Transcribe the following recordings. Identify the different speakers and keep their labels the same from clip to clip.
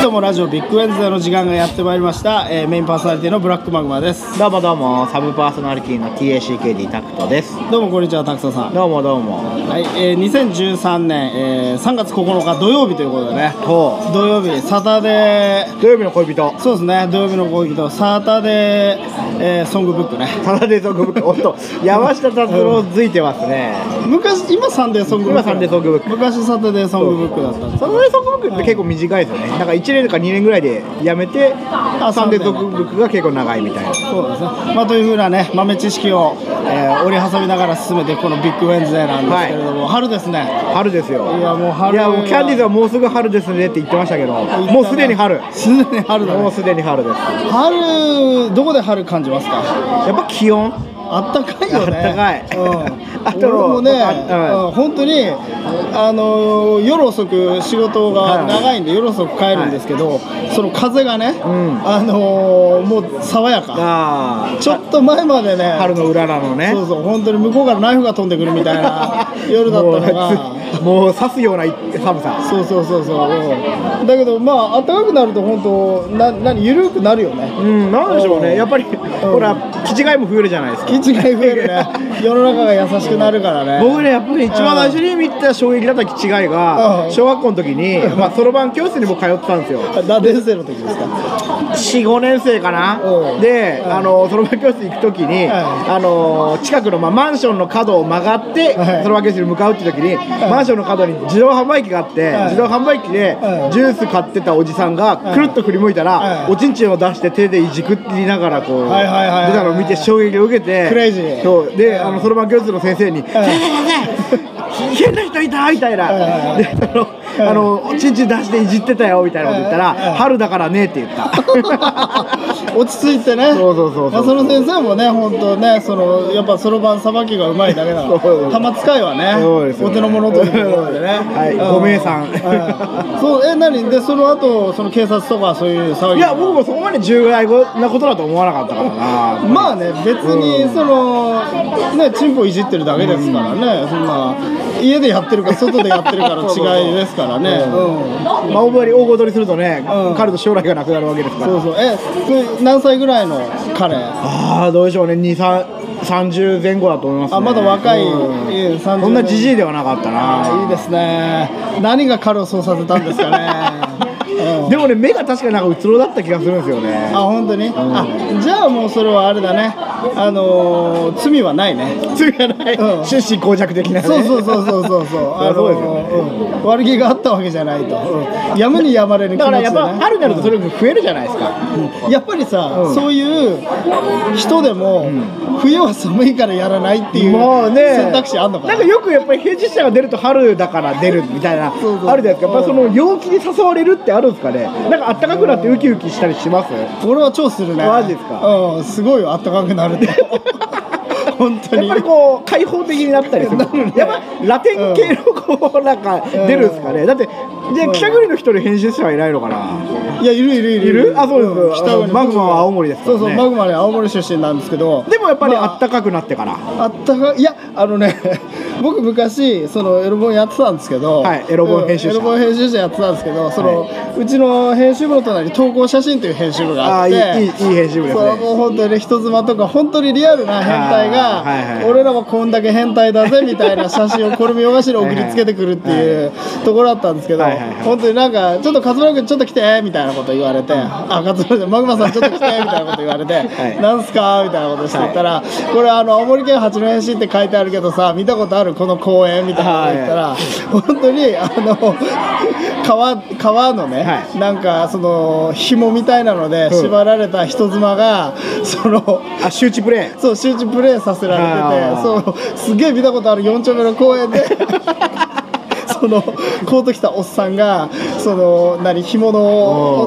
Speaker 1: 日もラジオビッグウェンズデーの時間がやってまいりました、えーメインパーソナリティのブラックマグマです
Speaker 2: どうもどうもサブパーソナリティの TACKD タクトです
Speaker 1: どうもこんにちはタクサさん
Speaker 2: どうもどうも
Speaker 1: はい、えー2013年、えー3月9日土曜日ということでね
Speaker 2: と
Speaker 1: 土曜日サタデー
Speaker 2: 土曜日の恋人
Speaker 1: そうですね土曜日の攻撃とサタデー、えーソングブックね
Speaker 2: サラデーソングブックお っと山下達郎づいてますね
Speaker 1: 昔今サンデーソングブック
Speaker 2: 今サンデーソングブック
Speaker 1: 昔サタデーソングブックだったんです
Speaker 2: サラデーソングブックって結構短いですよねなんか1年とか2年ぐらいでやめてサンデーソングブックが結構長いみたいな
Speaker 1: そうですね、まあ、というふうなね豆知識を、えー折り挟みながら進めていくこのビッグウェンズデーなんですけれども、春ですね
Speaker 2: 春ですよ
Speaker 1: いやもう春
Speaker 2: いやもうキャンディーズはもうすぐ春ですねって言ってましたけどもうすでに春
Speaker 1: すでに春だ
Speaker 2: もう
Speaker 1: ね
Speaker 2: すでに春です
Speaker 1: 春どこで春感じますか
Speaker 2: やっぱ気温
Speaker 1: あったかいよね
Speaker 2: あったかい
Speaker 1: うん、
Speaker 2: あと
Speaker 1: 俺もね、
Speaker 2: あ
Speaker 1: うん、本当にあのー夜遅く仕事が長いんで夜遅く帰るんですけど、その風がね、
Speaker 2: ん
Speaker 1: あのーもう爽やか
Speaker 2: あ
Speaker 1: ちょっと前までね
Speaker 2: あ春のうららのね
Speaker 1: そうそう本当に向こうからナイフが飛んでくるみたい な夜だったのが
Speaker 2: もう もう刺すような寒さ
Speaker 1: そうそうそうそううんだけどまあ暖かくなると本当な何緩くなるよね
Speaker 2: うん、なんでしょう
Speaker 1: うん
Speaker 2: ね、やっぱり、ほら、気違いも増えるじゃないですか。
Speaker 1: 気違い増えるね世の中が優しくなるからね
Speaker 2: 僕ね、やっぱり一番最初に見た衝撃だった気違いが
Speaker 1: う、ん
Speaker 2: 小学校の時に、まあ、そろばん教室に僕通ってたんですよ。
Speaker 1: 何年生の時ですか
Speaker 2: 4、5年生かな
Speaker 1: うん。
Speaker 2: で、
Speaker 1: うん
Speaker 2: あの、そろばん教室行く時に、
Speaker 1: ん
Speaker 2: あの、近くの、まあ、マンションの角を曲がって
Speaker 1: はい、
Speaker 2: そろばん教室に向かうって時に、マンションの角に自動販売機があって
Speaker 1: うん、
Speaker 2: 自動販売機で
Speaker 1: うん、
Speaker 2: ジュース買ってたおじさんが、
Speaker 1: うん
Speaker 2: くるっと振り向いたら、
Speaker 1: うん
Speaker 2: おちんちんを出して手でいじくりながら、こう、出
Speaker 1: はいはいはいはい
Speaker 2: たのを見て衝撃を受けて、
Speaker 1: クレイジー
Speaker 2: そうで、あのそろばん教室の先生に「先
Speaker 1: ん
Speaker 2: 生先生変な人いた!」みたいな、
Speaker 1: うん
Speaker 2: であの、あのおちんちん出していじってたよみたいなこと言ったら
Speaker 1: うん
Speaker 2: 「春だからね」って言った
Speaker 1: 落ち着いてね
Speaker 2: そうそうそうそう
Speaker 1: その先生もね本当ねそのやっぱそろばんさばきがうまいだけだか
Speaker 2: そうそ
Speaker 1: ら
Speaker 2: う
Speaker 1: 玉使いはね
Speaker 2: そうですよ
Speaker 1: お
Speaker 2: ね
Speaker 1: 手の物ということでね
Speaker 2: はい
Speaker 1: うん
Speaker 2: ご名さん
Speaker 1: はいそうえ何でその後その警察とかそういう騒ぎ
Speaker 2: いや僕もそこまで重大なことだと思わなかったからな
Speaker 1: まあね別にそのねチンポいじってるだけですからねそんな家でやってるか外でやってるか
Speaker 2: そうそうそ
Speaker 1: の
Speaker 2: う
Speaker 1: 違いですからねうん
Speaker 2: まあ大り大ごとにするとね、
Speaker 1: うん
Speaker 2: 彼と将来がなくなるわけですから
Speaker 1: そうそうえそれ何歳ぐらいの彼
Speaker 2: ああどうでしょうね2330前後だと思います、ね、
Speaker 1: あまだ若い
Speaker 2: うん
Speaker 1: えー30
Speaker 2: そんなじじいではなかった
Speaker 1: あいい
Speaker 2: な
Speaker 1: ですね何が彼をそうさせたんです かね、うん
Speaker 2: でもね目が確かになんかうつろだった気がするんですよね
Speaker 1: あ本当に、あじゃあもうそれはあれだねあのー罪はないね
Speaker 2: 罪が ない、
Speaker 1: うん
Speaker 2: 終始膠着的なね
Speaker 1: そうそうそうそうそうそう
Speaker 2: いや そうですよね
Speaker 1: うん悪気があったわけじゃないと、うんやむにやまれる気持
Speaker 2: だ
Speaker 1: ち
Speaker 2: か
Speaker 1: で、
Speaker 2: ら
Speaker 1: ね、
Speaker 2: やっぱ春になるとそれが増えるじゃないですか、
Speaker 1: やっぱりさ、
Speaker 2: うん
Speaker 1: そういう人でも、冬は寒いからやらないっていう
Speaker 2: もうね
Speaker 1: 選択肢あんのか
Speaker 2: な
Speaker 1: なん
Speaker 2: かよくやっぱり平日者が出ると春だから出るみたいな
Speaker 1: そうそう
Speaker 2: あるじゃないですかやっぱそうの陽気に誘われるってあるんですかねなんかあったかくなってウキウキしたりしますや
Speaker 1: 俺は超するね
Speaker 2: マジですか
Speaker 1: うんすごいよあったかくなると 本当
Speaker 2: っ
Speaker 1: に
Speaker 2: ぱりこう開放的になったりする
Speaker 1: なるね
Speaker 2: やっぱラテン系のこうなんか出るんですかねだってじゃあ北国の人に編集者はいないのかない
Speaker 1: やいるいるいる
Speaker 2: いるあそうです
Speaker 1: ん北
Speaker 2: あのマグマは青森ですから
Speaker 1: そう
Speaker 2: ね
Speaker 1: そうマグマね青森出身なんですけど
Speaker 2: でもやっぱり
Speaker 1: ま
Speaker 2: あ
Speaker 1: あ
Speaker 2: ったかくなってから、
Speaker 1: あったかいやあのね 僕昔そのエロ本やってたんですけど、
Speaker 2: はいエロ本編集者
Speaker 1: うんエロ本編集者やってたんですけどその、うちの編集部の隣に投稿写真という編集部があって
Speaker 2: あーいいいいいい編集部ですね
Speaker 1: そうもう本当に人妻とか本当にリアルな変態が、
Speaker 2: あーはいはい
Speaker 1: 俺らはこんだけ変態だぜみたいな写真をこれ見よがしに送りつけてくるっていうところだったんですけど、
Speaker 2: はいはいはい
Speaker 1: 本当になんかちょっと勝村君ちょっと来てみたいなこと言われ て、あ勝村君マグマさんちょっと来てみたいなこと言われて、
Speaker 2: い
Speaker 1: なんすかみたいなことしてたら、これあの青森県八戸市って書いてあるけどさ見たことあるこの公園みたいなこと言ったら、本当にあの川川のね、
Speaker 2: はい
Speaker 1: なんかその紐みたいなので
Speaker 2: うん
Speaker 1: 縛られた人妻が、その。
Speaker 2: あ周知プレイ
Speaker 1: そう集中プレイさせられ
Speaker 2: あ
Speaker 1: てて
Speaker 2: ー
Speaker 1: そうすげえ見たことある4丁目の公園 でそのコート着たおっさんがその何紐の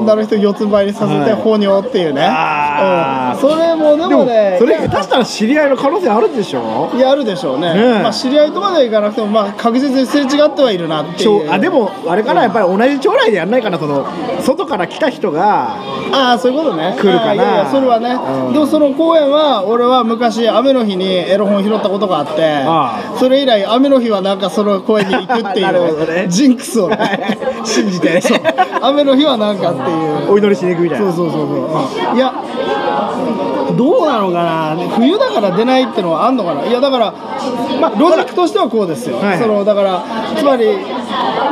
Speaker 2: うん
Speaker 1: 女の人四つん這いにさせて
Speaker 2: はい
Speaker 1: 放尿っていうね、
Speaker 2: あー
Speaker 1: うんそれもで
Speaker 2: で
Speaker 1: も
Speaker 2: も
Speaker 1: ね
Speaker 2: それ下手したら知り合いの可能性あるでしょ
Speaker 1: いやあるでしょうね
Speaker 2: ねえ
Speaker 1: まあ、知り合いとまではいかなくても、まあ、確実にすれ違ってはいるなって
Speaker 2: ち
Speaker 1: いう
Speaker 2: ょあでもあれかなやっぱり同じ町内でやんないかなその外から来た人が
Speaker 1: ああそういうことね
Speaker 2: 来るかな
Speaker 1: あーいやいやそれはね、
Speaker 2: うん
Speaker 1: でもその公園は俺は昔雨の日にエロ本拾ったことがあって
Speaker 2: あ
Speaker 1: それ以来雨の日はなんかその公園に行くってい
Speaker 2: なるほど
Speaker 1: う、
Speaker 2: ね
Speaker 1: ジンクスをね
Speaker 2: 信じて
Speaker 1: そう雨の日はなんかっていう
Speaker 2: お祈りしに行くみたい
Speaker 1: そ
Speaker 2: な
Speaker 1: うそうそうそういやどうなのかな冬だから出ないってのはあんのかないやだから、まあ、ロジックとしてはこうですよ、
Speaker 2: はい
Speaker 1: そのだからつまり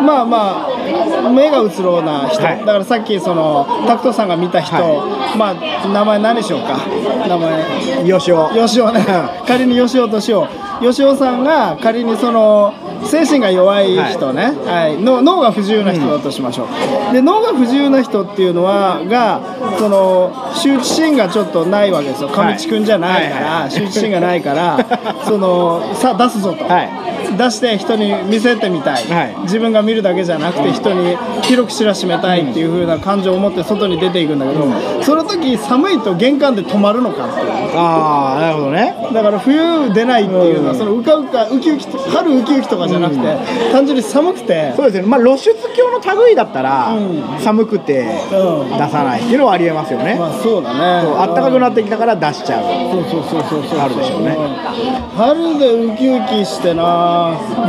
Speaker 1: まあまあ目がうつろうな人、
Speaker 2: はい
Speaker 1: だからさっきそのタクトさんが見た人、まあ名前何でしょうか名前
Speaker 2: よしお
Speaker 1: 吉尾ね仮に吉尾としよう吉尾さんが仮にその精神が弱い人ね、はいの脳が不自由な人だとしましょう、で脳が不自由な人っていうのはがその羞恥心がちょっとないわけですよ
Speaker 2: はい
Speaker 1: 上地君じゃないから、
Speaker 2: はいはい
Speaker 1: 羞恥心がないから そのさあ出すぞと、
Speaker 2: はい
Speaker 1: 出して人に見せてみたい、
Speaker 2: はい
Speaker 1: 自分が見るだけじゃなくて人に広く知らしめたいっていう風な感情を持って外に出ていくんだけど、その時寒いと玄関で止まるのかっていう
Speaker 2: ああなるほどね
Speaker 1: だから冬出ないっていうのは、
Speaker 2: うん
Speaker 1: そのうかうかウキウキと春ウキウキとかじゃなくて、単純に寒くて
Speaker 2: そうですねまあ露出狂の類だったら、
Speaker 1: うん
Speaker 2: 寒くて
Speaker 1: う、ん
Speaker 2: 出さないっていうのはありえますよね、
Speaker 1: まあそうだね
Speaker 2: そうあったかくな
Speaker 1: っ
Speaker 2: ってきたから出しちゃう
Speaker 1: そうそうそうそうそう
Speaker 2: あるでしょうね
Speaker 1: 春でウキウキしてな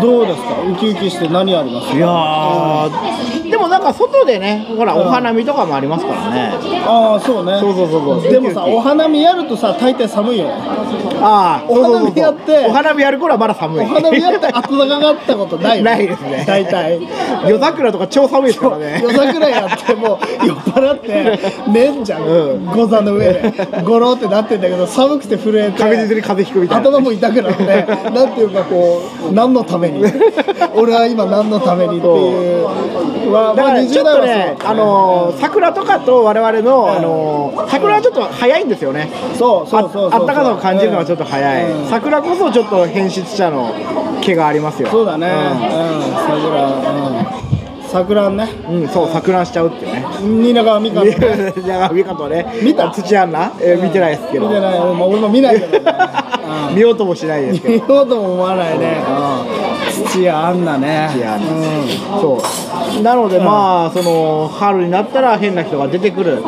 Speaker 1: どうですかウキウキして何あります
Speaker 2: いやーでもなんか外でねほら
Speaker 1: うん
Speaker 2: お花見とかもありますからね
Speaker 1: ああそうね
Speaker 2: そうそうそうそう
Speaker 1: でもさ
Speaker 2: ウキウキ
Speaker 1: お花見やるとさ大抵寒いよね
Speaker 2: ああ
Speaker 1: お花見やって
Speaker 2: そうそうそうお花見やる頃はまだ寒い
Speaker 1: お花見やって暖かかったことないよ
Speaker 2: ないですね
Speaker 1: 大体
Speaker 2: 夜桜とか超寒いですからね
Speaker 1: 夜桜やってもう酔っ払っ て寝んじゃん、
Speaker 2: うん
Speaker 1: ゴザの上でゴロってなってんだけど寒くて震えて
Speaker 2: 確実に風邪ひくみたいな
Speaker 1: 頭も痛くなってなんていうかこう何のために俺は今何のためにっていうわ
Speaker 2: だ
Speaker 1: ま
Speaker 2: か
Speaker 1: あ
Speaker 2: ら
Speaker 1: 20
Speaker 2: ちょっ
Speaker 1: 代は
Speaker 2: と
Speaker 1: そう
Speaker 2: ね、
Speaker 1: だ
Speaker 2: あのー桜とかと我々の、あのー桜はちょっと早いんですよね。
Speaker 1: そうそうそうそう
Speaker 2: ああったかさを感じるのがちょっと早い、
Speaker 1: うん
Speaker 2: 桜こそちょっと変質者の毛がありますよ
Speaker 1: そうだね、うん、桜、うん、桜ね
Speaker 2: うん、うんそう錯乱しちゃうっていうね
Speaker 1: 蜷川美香のね
Speaker 2: いや見かとね
Speaker 1: 見た
Speaker 2: 土屋アンナ、えー見てないですけど
Speaker 1: 見てない俺も俺も見ないけどね、うん
Speaker 2: 見ようともしないですけ ど
Speaker 1: 見ようとも思わないね、土屋アンナね
Speaker 2: 土屋アンナ
Speaker 1: うん
Speaker 2: そうなので、まあその春になったら変な人が出てくる
Speaker 1: うん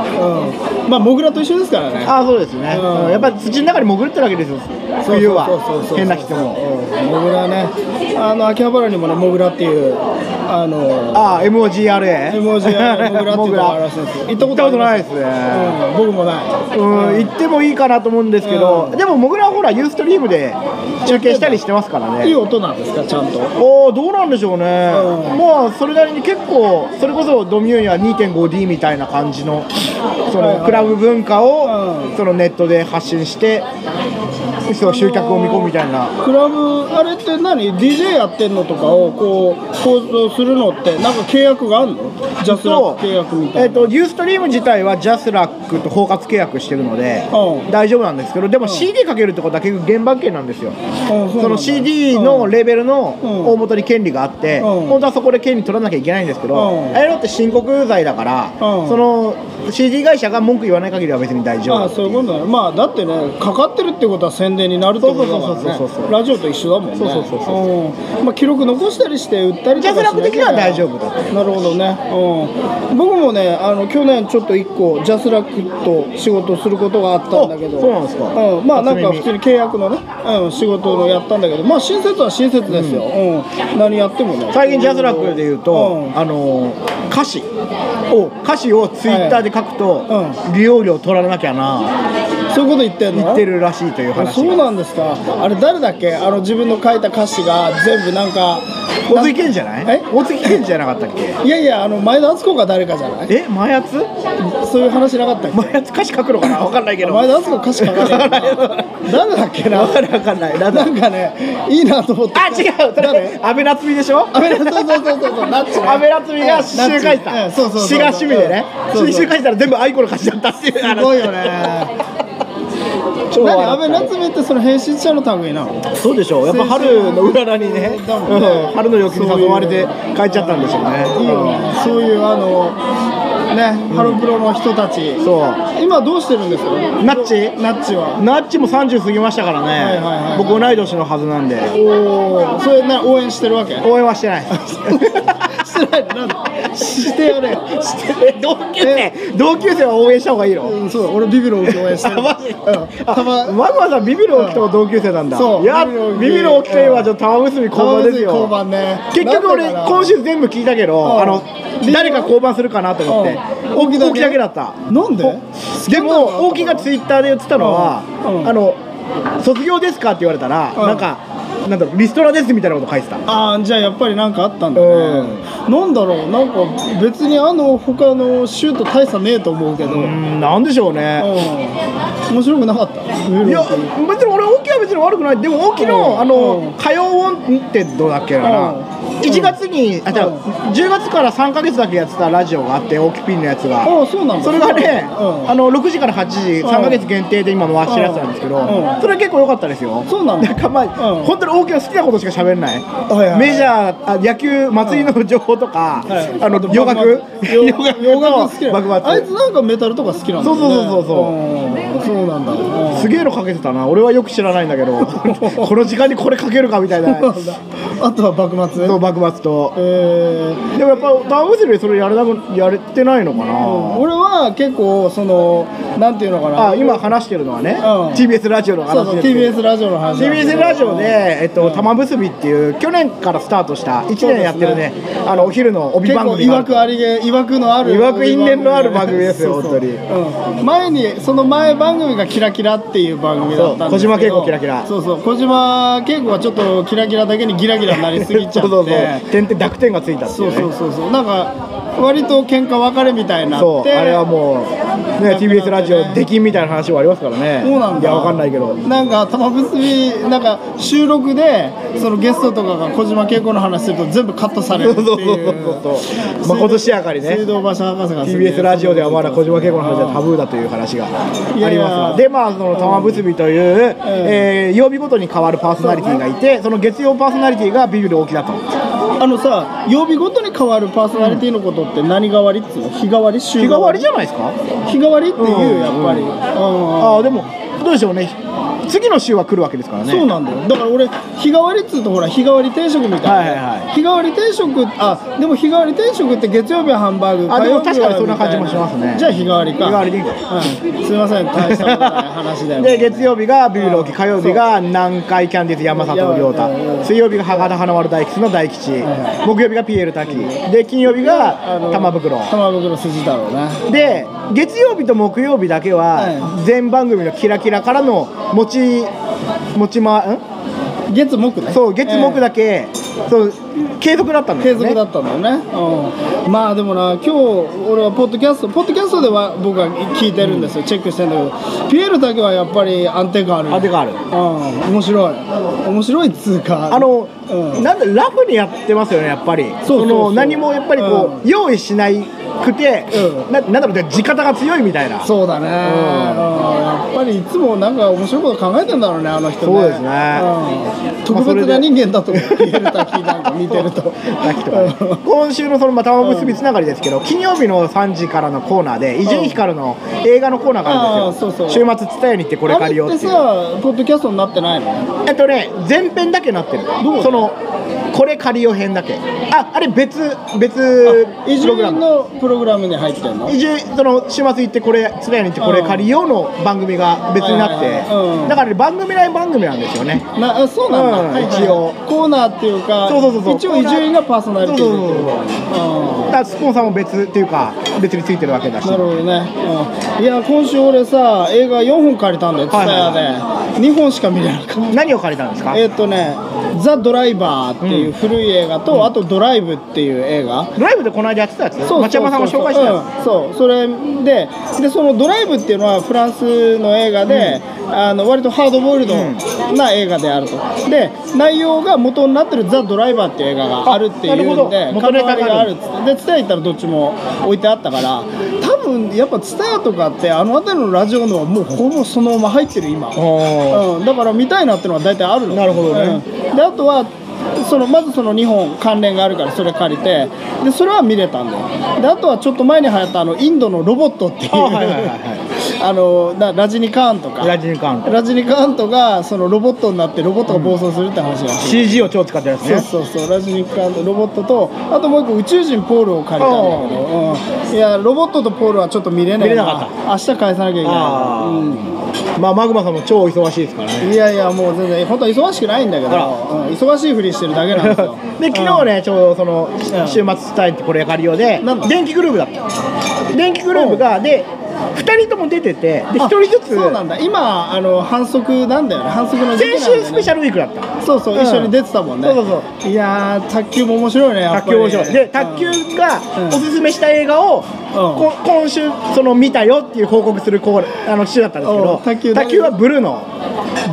Speaker 1: まあモグラと一緒ですからね
Speaker 2: ああそうですね、
Speaker 1: うん
Speaker 2: うんやっぱり土の中に潜ってるわけですよ
Speaker 1: そう
Speaker 2: 冬
Speaker 1: そうそうそう
Speaker 2: は
Speaker 1: そう
Speaker 2: 変な人も
Speaker 1: うんモグラねあの秋葉原にもねモグラっていうあの
Speaker 2: ああ MOGRA
Speaker 1: 絵文字 やモグラっていうのがあるらしいんですよ
Speaker 2: 行ったことないですね、
Speaker 1: うん僕もない
Speaker 2: うん、行ってもいいかなと思うんですけど、
Speaker 1: うん
Speaker 2: でもモグラはほらユーストリームで中継したりしてますから
Speaker 1: いい
Speaker 2: ね
Speaker 1: 音なんですかちゃんと
Speaker 2: おーどうなんでしょうね、
Speaker 1: うん
Speaker 2: まあそれなりに結構それこそドミューンや 2.5D みたいな感じのそ
Speaker 1: はいは
Speaker 2: の
Speaker 1: い
Speaker 2: クラブ文化を、
Speaker 1: うん
Speaker 2: そのネットで発信してそう集客を見込むみたいな
Speaker 1: クラブあれって何 DJ やってんのとかをこう構造するのってなんか契約があるのジャスラック契約みたいな
Speaker 2: えっとユーストリーム自体はジャスラックと包括契約してるので、
Speaker 1: うん
Speaker 2: 大丈夫なんですけどでも CD かけるってことは結局原版権なんですよ、
Speaker 1: うんうなんだ
Speaker 2: その CD のレベル
Speaker 1: うん
Speaker 2: の大元に権利があって、
Speaker 1: うん
Speaker 2: 本当はそこで権利取らなきゃいけないんですけど、
Speaker 1: うん
Speaker 2: あれだって申告罪だから、
Speaker 1: うん
Speaker 2: その CD 会社が文句言わない限りは別に大丈夫
Speaker 1: ああそういうことだねまあだってねかかってるってことは宣伝になるってことだからね
Speaker 2: そうそうそうそうそう
Speaker 1: ラジオと一緒だもんね
Speaker 2: そうそうそうそう
Speaker 1: うんまあ、記録残したりして売ったりとかしなきゃ
Speaker 2: ジャスラック的には大丈夫だと
Speaker 1: なるほどね、うん、僕もねあの去年ちょっと1個ジャスラックと仕事することがあったんだけど
Speaker 2: あそうなんですか
Speaker 1: うん、まあなん
Speaker 2: 初
Speaker 1: か
Speaker 2: 耳
Speaker 1: 普通に契約のね、うん、仕事をやったんだけどまあ親切は親切ですよ、うん何やってもね
Speaker 2: 最近ジャスラックで言うと、
Speaker 1: うん
Speaker 2: あのー歌詞を歌詞をツイッターで書くと、
Speaker 1: は
Speaker 2: 利用料取らなきゃな
Speaker 1: そういうこと言ってんの
Speaker 2: 言ってるらしいという話が
Speaker 1: そうなんですかあれ誰だっけあの自分の書いた歌詞が全部なんか
Speaker 2: 大月健じゃない
Speaker 1: え
Speaker 2: 大月健じゃなかったっけ
Speaker 1: いやいやあの前田敦子が誰かじゃない
Speaker 2: え前やつ
Speaker 1: そういう話なかったっ
Speaker 2: 前やつ歌詞書くのかなわかんないけ
Speaker 1: け
Speaker 2: ど
Speaker 1: 前田敦子歌詞書 かない誰だっけな
Speaker 2: わかんないわかんない
Speaker 1: な
Speaker 2: な
Speaker 1: ん
Speaker 2: だ
Speaker 1: んかねいいなと思って
Speaker 2: あ違うそれ
Speaker 1: 誰
Speaker 2: 安倍夏美でしょ
Speaker 1: 安倍そうそうそうそうナッチね
Speaker 2: 安倍夏美が詩集書い
Speaker 1: うん
Speaker 2: た
Speaker 1: そうそうそう
Speaker 2: 詩が趣味でね
Speaker 1: そう
Speaker 2: 詩
Speaker 1: そう
Speaker 2: 集書いたら全部愛子の歌詞だったっていう話
Speaker 1: すごいよね
Speaker 2: 超
Speaker 1: 何
Speaker 2: 笑
Speaker 1: 安
Speaker 2: った
Speaker 1: 倍夏美ってその編集者の類なの
Speaker 2: そうでしょうやっぱ春のうららにね
Speaker 1: だもんね
Speaker 2: うん春の陽気に誘われて帰っちゃったんでしょうね
Speaker 1: いいよねそういうあのねハロプロの人たち
Speaker 2: そう
Speaker 1: 今どうしてるんですか
Speaker 2: ナッチ
Speaker 1: ナッチは
Speaker 2: ナッチも30過ぎましたからね、
Speaker 1: はいはいはい
Speaker 2: 僕同い年のはずなんで
Speaker 1: おおそれね応援してるわけ
Speaker 2: 応援はしてない
Speaker 1: してないなんしてやれよ
Speaker 2: 同級生同級生は応援した方がいいの
Speaker 1: うんそうだ俺ビビるを応援してる
Speaker 2: あマジ
Speaker 1: うん
Speaker 2: あ
Speaker 1: たま
Speaker 2: わざわざビビる起きとも同級生なんだ
Speaker 1: そう
Speaker 2: いや
Speaker 1: ビビる起き
Speaker 2: ビビる起きといえばちょっと玉結び交番です
Speaker 1: 交
Speaker 2: よ
Speaker 1: 番ね
Speaker 2: 結局俺
Speaker 1: なんでかな
Speaker 2: 今週全部聞いたけ
Speaker 1: うん
Speaker 2: どあの誰か交番するかなと思って
Speaker 1: うん
Speaker 2: 大木だけだった
Speaker 1: なんで
Speaker 2: おでも大木がツイッターで言ってたのは
Speaker 1: うんうん
Speaker 2: あの卒業ですかって言われたら
Speaker 1: うん
Speaker 2: なんかなんだろうリストラですみたいなこと書いてた
Speaker 1: ああじゃあやっぱりなんかあったんだね、なんだろうなんか別にあの他のシュート大差ねえと思うけど、う、
Speaker 2: うんんなんでしょうね
Speaker 1: 面白くなかった
Speaker 2: いや別に俺大きは別に悪くないでも大き
Speaker 1: うん
Speaker 2: のあ
Speaker 1: うん
Speaker 2: の火曜音ってどうだっけな
Speaker 1: うん
Speaker 2: 1月にあじゃ
Speaker 1: うん
Speaker 2: あ10月から3か月だけやってたラジオがあって大きピンのやつが
Speaker 1: ああそうなんだ
Speaker 2: それがね
Speaker 1: うん
Speaker 2: あの6時から8時
Speaker 1: うん
Speaker 2: 3か月限定で今回してるやつなんですけど
Speaker 1: うん
Speaker 2: それは結構良かったですよ
Speaker 1: そうなんだ
Speaker 2: からまあ
Speaker 1: うん
Speaker 2: 本当に大きは好きなことしか喋れない
Speaker 1: いはい
Speaker 2: メジャーあ野球祭りの情報とか
Speaker 1: はい
Speaker 2: あの
Speaker 1: と
Speaker 2: 洋楽
Speaker 1: 洋洋楽好き
Speaker 2: の
Speaker 1: だ
Speaker 2: 幕末
Speaker 1: あいつなんかメタルとか好きなんだよね
Speaker 2: そうそうそうそう
Speaker 1: うんそうなんだうん
Speaker 2: すげえのかけてたな俺はよく知らないんだ けどこの時間にこれかけるかみたいな
Speaker 1: そうなんだあとは幕末
Speaker 2: そう幕末と
Speaker 1: えー
Speaker 2: でもやっぱ玉結びでそれやれなくやれてないのかな
Speaker 1: 俺は結構そのなんていうのかな
Speaker 2: あ今話してるのはね、
Speaker 1: ん
Speaker 2: TBS ラジオの
Speaker 1: そう
Speaker 2: 話
Speaker 1: そう
Speaker 2: ですけど
Speaker 1: TBS ラジオの話なんですけ
Speaker 2: TBS
Speaker 1: ど
Speaker 2: ラジオで、えっ
Speaker 1: う
Speaker 2: と
Speaker 1: ん
Speaker 2: 玉結びっていう去年からスタートした1年やってるね
Speaker 1: そ
Speaker 2: あのお昼の帯
Speaker 1: 結
Speaker 2: 番
Speaker 1: 構
Speaker 2: 組
Speaker 1: い
Speaker 2: があ
Speaker 1: わ
Speaker 2: る
Speaker 1: くありげいわくのある
Speaker 2: いわく因縁のある番組ですよ
Speaker 1: そうそう
Speaker 2: 本当に
Speaker 1: うん前にその前番組が「キラキラ」っていう番組だったんですけど
Speaker 2: そう小島慶子キラキラ
Speaker 1: そうそう小島慶子はちょっとキラキラだけにギラギラになりすぎちゃっ
Speaker 2: そうそう
Speaker 1: て
Speaker 2: そう点々濁点がついたってい
Speaker 1: そうう
Speaker 2: ね
Speaker 1: そうそうそうなんか割と喧嘩別れみたいになって
Speaker 2: そうあれはもう、ね、TBS ラジオ出禁みたいな話もありますからね
Speaker 1: そうなんだ
Speaker 2: いやわかんないけど
Speaker 1: なんか玉結びなんか収録でそのゲストとかが小島慶子の話すると全部カットされるっていう
Speaker 2: そうそうそうそうまあことしやかにね
Speaker 1: 水道橋博士が
Speaker 2: TBS ラジオではまだ小島慶子の話はタ
Speaker 1: ブ
Speaker 2: ブーだという話があ
Speaker 1: い
Speaker 2: り
Speaker 1: やいや
Speaker 2: ますがでまあその玉結びという、えー曜日ごとに変わるパーソナリティがいてその月曜パーソナリティがビビる大きだと
Speaker 1: あのさ曜日ごとに変わるパーソナリティのことって何代わりっつうの日替わり週
Speaker 2: 日替わりじゃないですか
Speaker 1: 日替わりっていう
Speaker 2: うん
Speaker 1: やっぱり
Speaker 2: う
Speaker 1: うん
Speaker 2: ああでもどうでしょうね次の週は来るわけですからね
Speaker 1: そうなんだよだから俺日替わりっつうとほら日替わり定食みたいな、
Speaker 2: はいはい
Speaker 1: 日替わり定食あでも日替わり定食って月曜日はハンバーグ
Speaker 2: あでも
Speaker 1: 火曜日は
Speaker 2: 確かにそんな感じもしますね
Speaker 1: じゃあ日替わりか
Speaker 2: 日替わりでいいか
Speaker 1: うん、すいません大したことない話だよ
Speaker 2: で月曜日がビビる大き火曜日が南海キャンディーズ山里亮
Speaker 1: うん
Speaker 2: 太水曜日が博多華丸大吉の大吉
Speaker 1: は
Speaker 2: 木曜日がピエール滝で金曜日
Speaker 1: あ
Speaker 2: が
Speaker 1: の
Speaker 2: 玉袋
Speaker 1: 玉袋筋太郎ね
Speaker 2: で月曜日と木曜日だけ
Speaker 1: は
Speaker 2: は全番組のキラキラからの持ち持ちまん
Speaker 1: 月木ね
Speaker 2: そう月木だけ、そう継続だったんです
Speaker 1: 継
Speaker 2: よ
Speaker 1: 続
Speaker 2: ね
Speaker 1: だったんだよね、うん、まあでもな今日俺はポッドキャストポッドキャストでは僕は聞いてるんですよ、チェックしてんだけどピエールだけはやっぱり安定感ある
Speaker 2: 当てがある
Speaker 1: うん面白い面白いっつうか
Speaker 2: あの、
Speaker 1: うん
Speaker 2: なんだラフにやってますよねやっぱり
Speaker 1: そうそうそう
Speaker 2: の何もやっぱりこう、用意しないくて、
Speaker 1: うん
Speaker 2: ななんだろうね地方が強いみたいな
Speaker 1: そうだね、うん
Speaker 2: ん
Speaker 1: やっぱりいつもなんか面白いこと考えてんだろうねあの人ね
Speaker 2: そうですね
Speaker 1: うん特別な人間だと思うピエール滝なんか見てると
Speaker 2: さっきとかね
Speaker 1: うん
Speaker 2: 今週のそのまた玉結びつながりですけど、金曜日の3時からのコーナーで伊集院光の映画のコーナーがあるんですよ、
Speaker 1: あーそうそう
Speaker 2: 週末伝えに行ってこれ借りよう
Speaker 1: あ
Speaker 2: っ
Speaker 1: れってて
Speaker 2: いう
Speaker 1: さポッドキャストになってないの
Speaker 2: えっとね前編だけなってる
Speaker 1: う
Speaker 2: そのこれ仮予編だけああれ別別
Speaker 1: 伊
Speaker 2: プ
Speaker 1: 集
Speaker 2: ログラ
Speaker 1: 院
Speaker 2: ム
Speaker 1: のプログラムに入ってんの
Speaker 2: 移住その週末行ってこれつらに行ってこれ借りようの番組が別になっ
Speaker 1: はい
Speaker 2: て
Speaker 1: はいはいうん
Speaker 2: だからね番組内番組なんですよね
Speaker 1: なあそうなんだ、
Speaker 2: うん
Speaker 1: はいはい
Speaker 2: 一応
Speaker 1: コーナーっていうか
Speaker 2: そうそうそうそう
Speaker 1: 一応伊集院がパーソナリティで
Speaker 2: そうそうそうそうだからスポンサーも別っていうか別についてるわけだし
Speaker 1: なるほどね、うんいや今週俺さ映画4本借りたんだよ t
Speaker 2: はい
Speaker 1: s
Speaker 2: はい
Speaker 1: u で、2本しか見れなかった
Speaker 2: 何を借りたんですか
Speaker 1: えっ、とね「ザ・ドライバー」っていう古い映画と、あと「ドライブ」っていう映画
Speaker 2: ドライブでこの間やってたやつ
Speaker 1: そうそうそう
Speaker 2: 町山さんが紹介してたや
Speaker 1: うんそうそれででその「ドライブ」っていうのはフランスの映画で、あの割とハードボイルドな映画であると、で内容が元になってる「ザ・ドライバー」っていう映画があるっていうん
Speaker 2: あなるほど
Speaker 1: で
Speaker 2: 元ネタがあ
Speaker 1: 関わり
Speaker 2: る
Speaker 1: があるっつってで伝え行ったらどっちも置いてあったから多分やっぱ伝えとかってあの辺りのラジオのはもうほぼそのまま入ってる今
Speaker 2: つおー
Speaker 1: うん、だから見たいなってのは大体あるの
Speaker 2: なるほどね
Speaker 1: うんであとはそのまずその2本関連があるからそれ借りてでそれは見れたんだよであとはちょっと前に流行ったあのインドのロボットっていう
Speaker 2: あはいはいはいは
Speaker 1: あのなラジニカーンとか
Speaker 2: ラジニカーンと
Speaker 1: ラジニカーンとかそのロボットになってロボットが暴走するって話が、
Speaker 2: CG を超使ってるやつね
Speaker 1: そうそうそうラジニカーンとロボットとあともう一個宇宙人ポールを借りたんだけど、うんいやロボットとポールはちょっと見れない
Speaker 2: 見れなかった
Speaker 1: 明日返さなきゃいけな
Speaker 2: あ
Speaker 1: い、うん
Speaker 2: ーまあマグマさんも超忙しいですからね
Speaker 1: いやいやもう全然本当は忙しくないんだけど、
Speaker 2: あら
Speaker 1: うん忙しいふりしてるだけなんですよ
Speaker 2: で昨日ねちょうどその
Speaker 1: ん
Speaker 2: 週末スタイルってこれ借りようで
Speaker 1: なんだ
Speaker 2: 電気グルーブだった電気グルーブがで2人とも出ててで1
Speaker 1: あ
Speaker 2: 人ずつ
Speaker 1: そうなんだ今あの反則なんだよね反則の時期
Speaker 2: 先
Speaker 1: なんだよね
Speaker 2: 週スペシャルウィークだった
Speaker 1: そうそう、
Speaker 2: うん
Speaker 1: 一緒に出てたもんね
Speaker 2: そうそう
Speaker 1: いやー卓球も面白いねやっ
Speaker 2: 卓
Speaker 1: ぱ
Speaker 2: 球
Speaker 1: り
Speaker 2: 面白いで卓
Speaker 1: うん
Speaker 2: 球が
Speaker 1: うん
Speaker 2: おすすめした映画を、こ今週その見たよっていう報告するコーナーあの週だったんですけ
Speaker 1: お
Speaker 2: ど
Speaker 1: う卓球
Speaker 2: 卓球はブルーの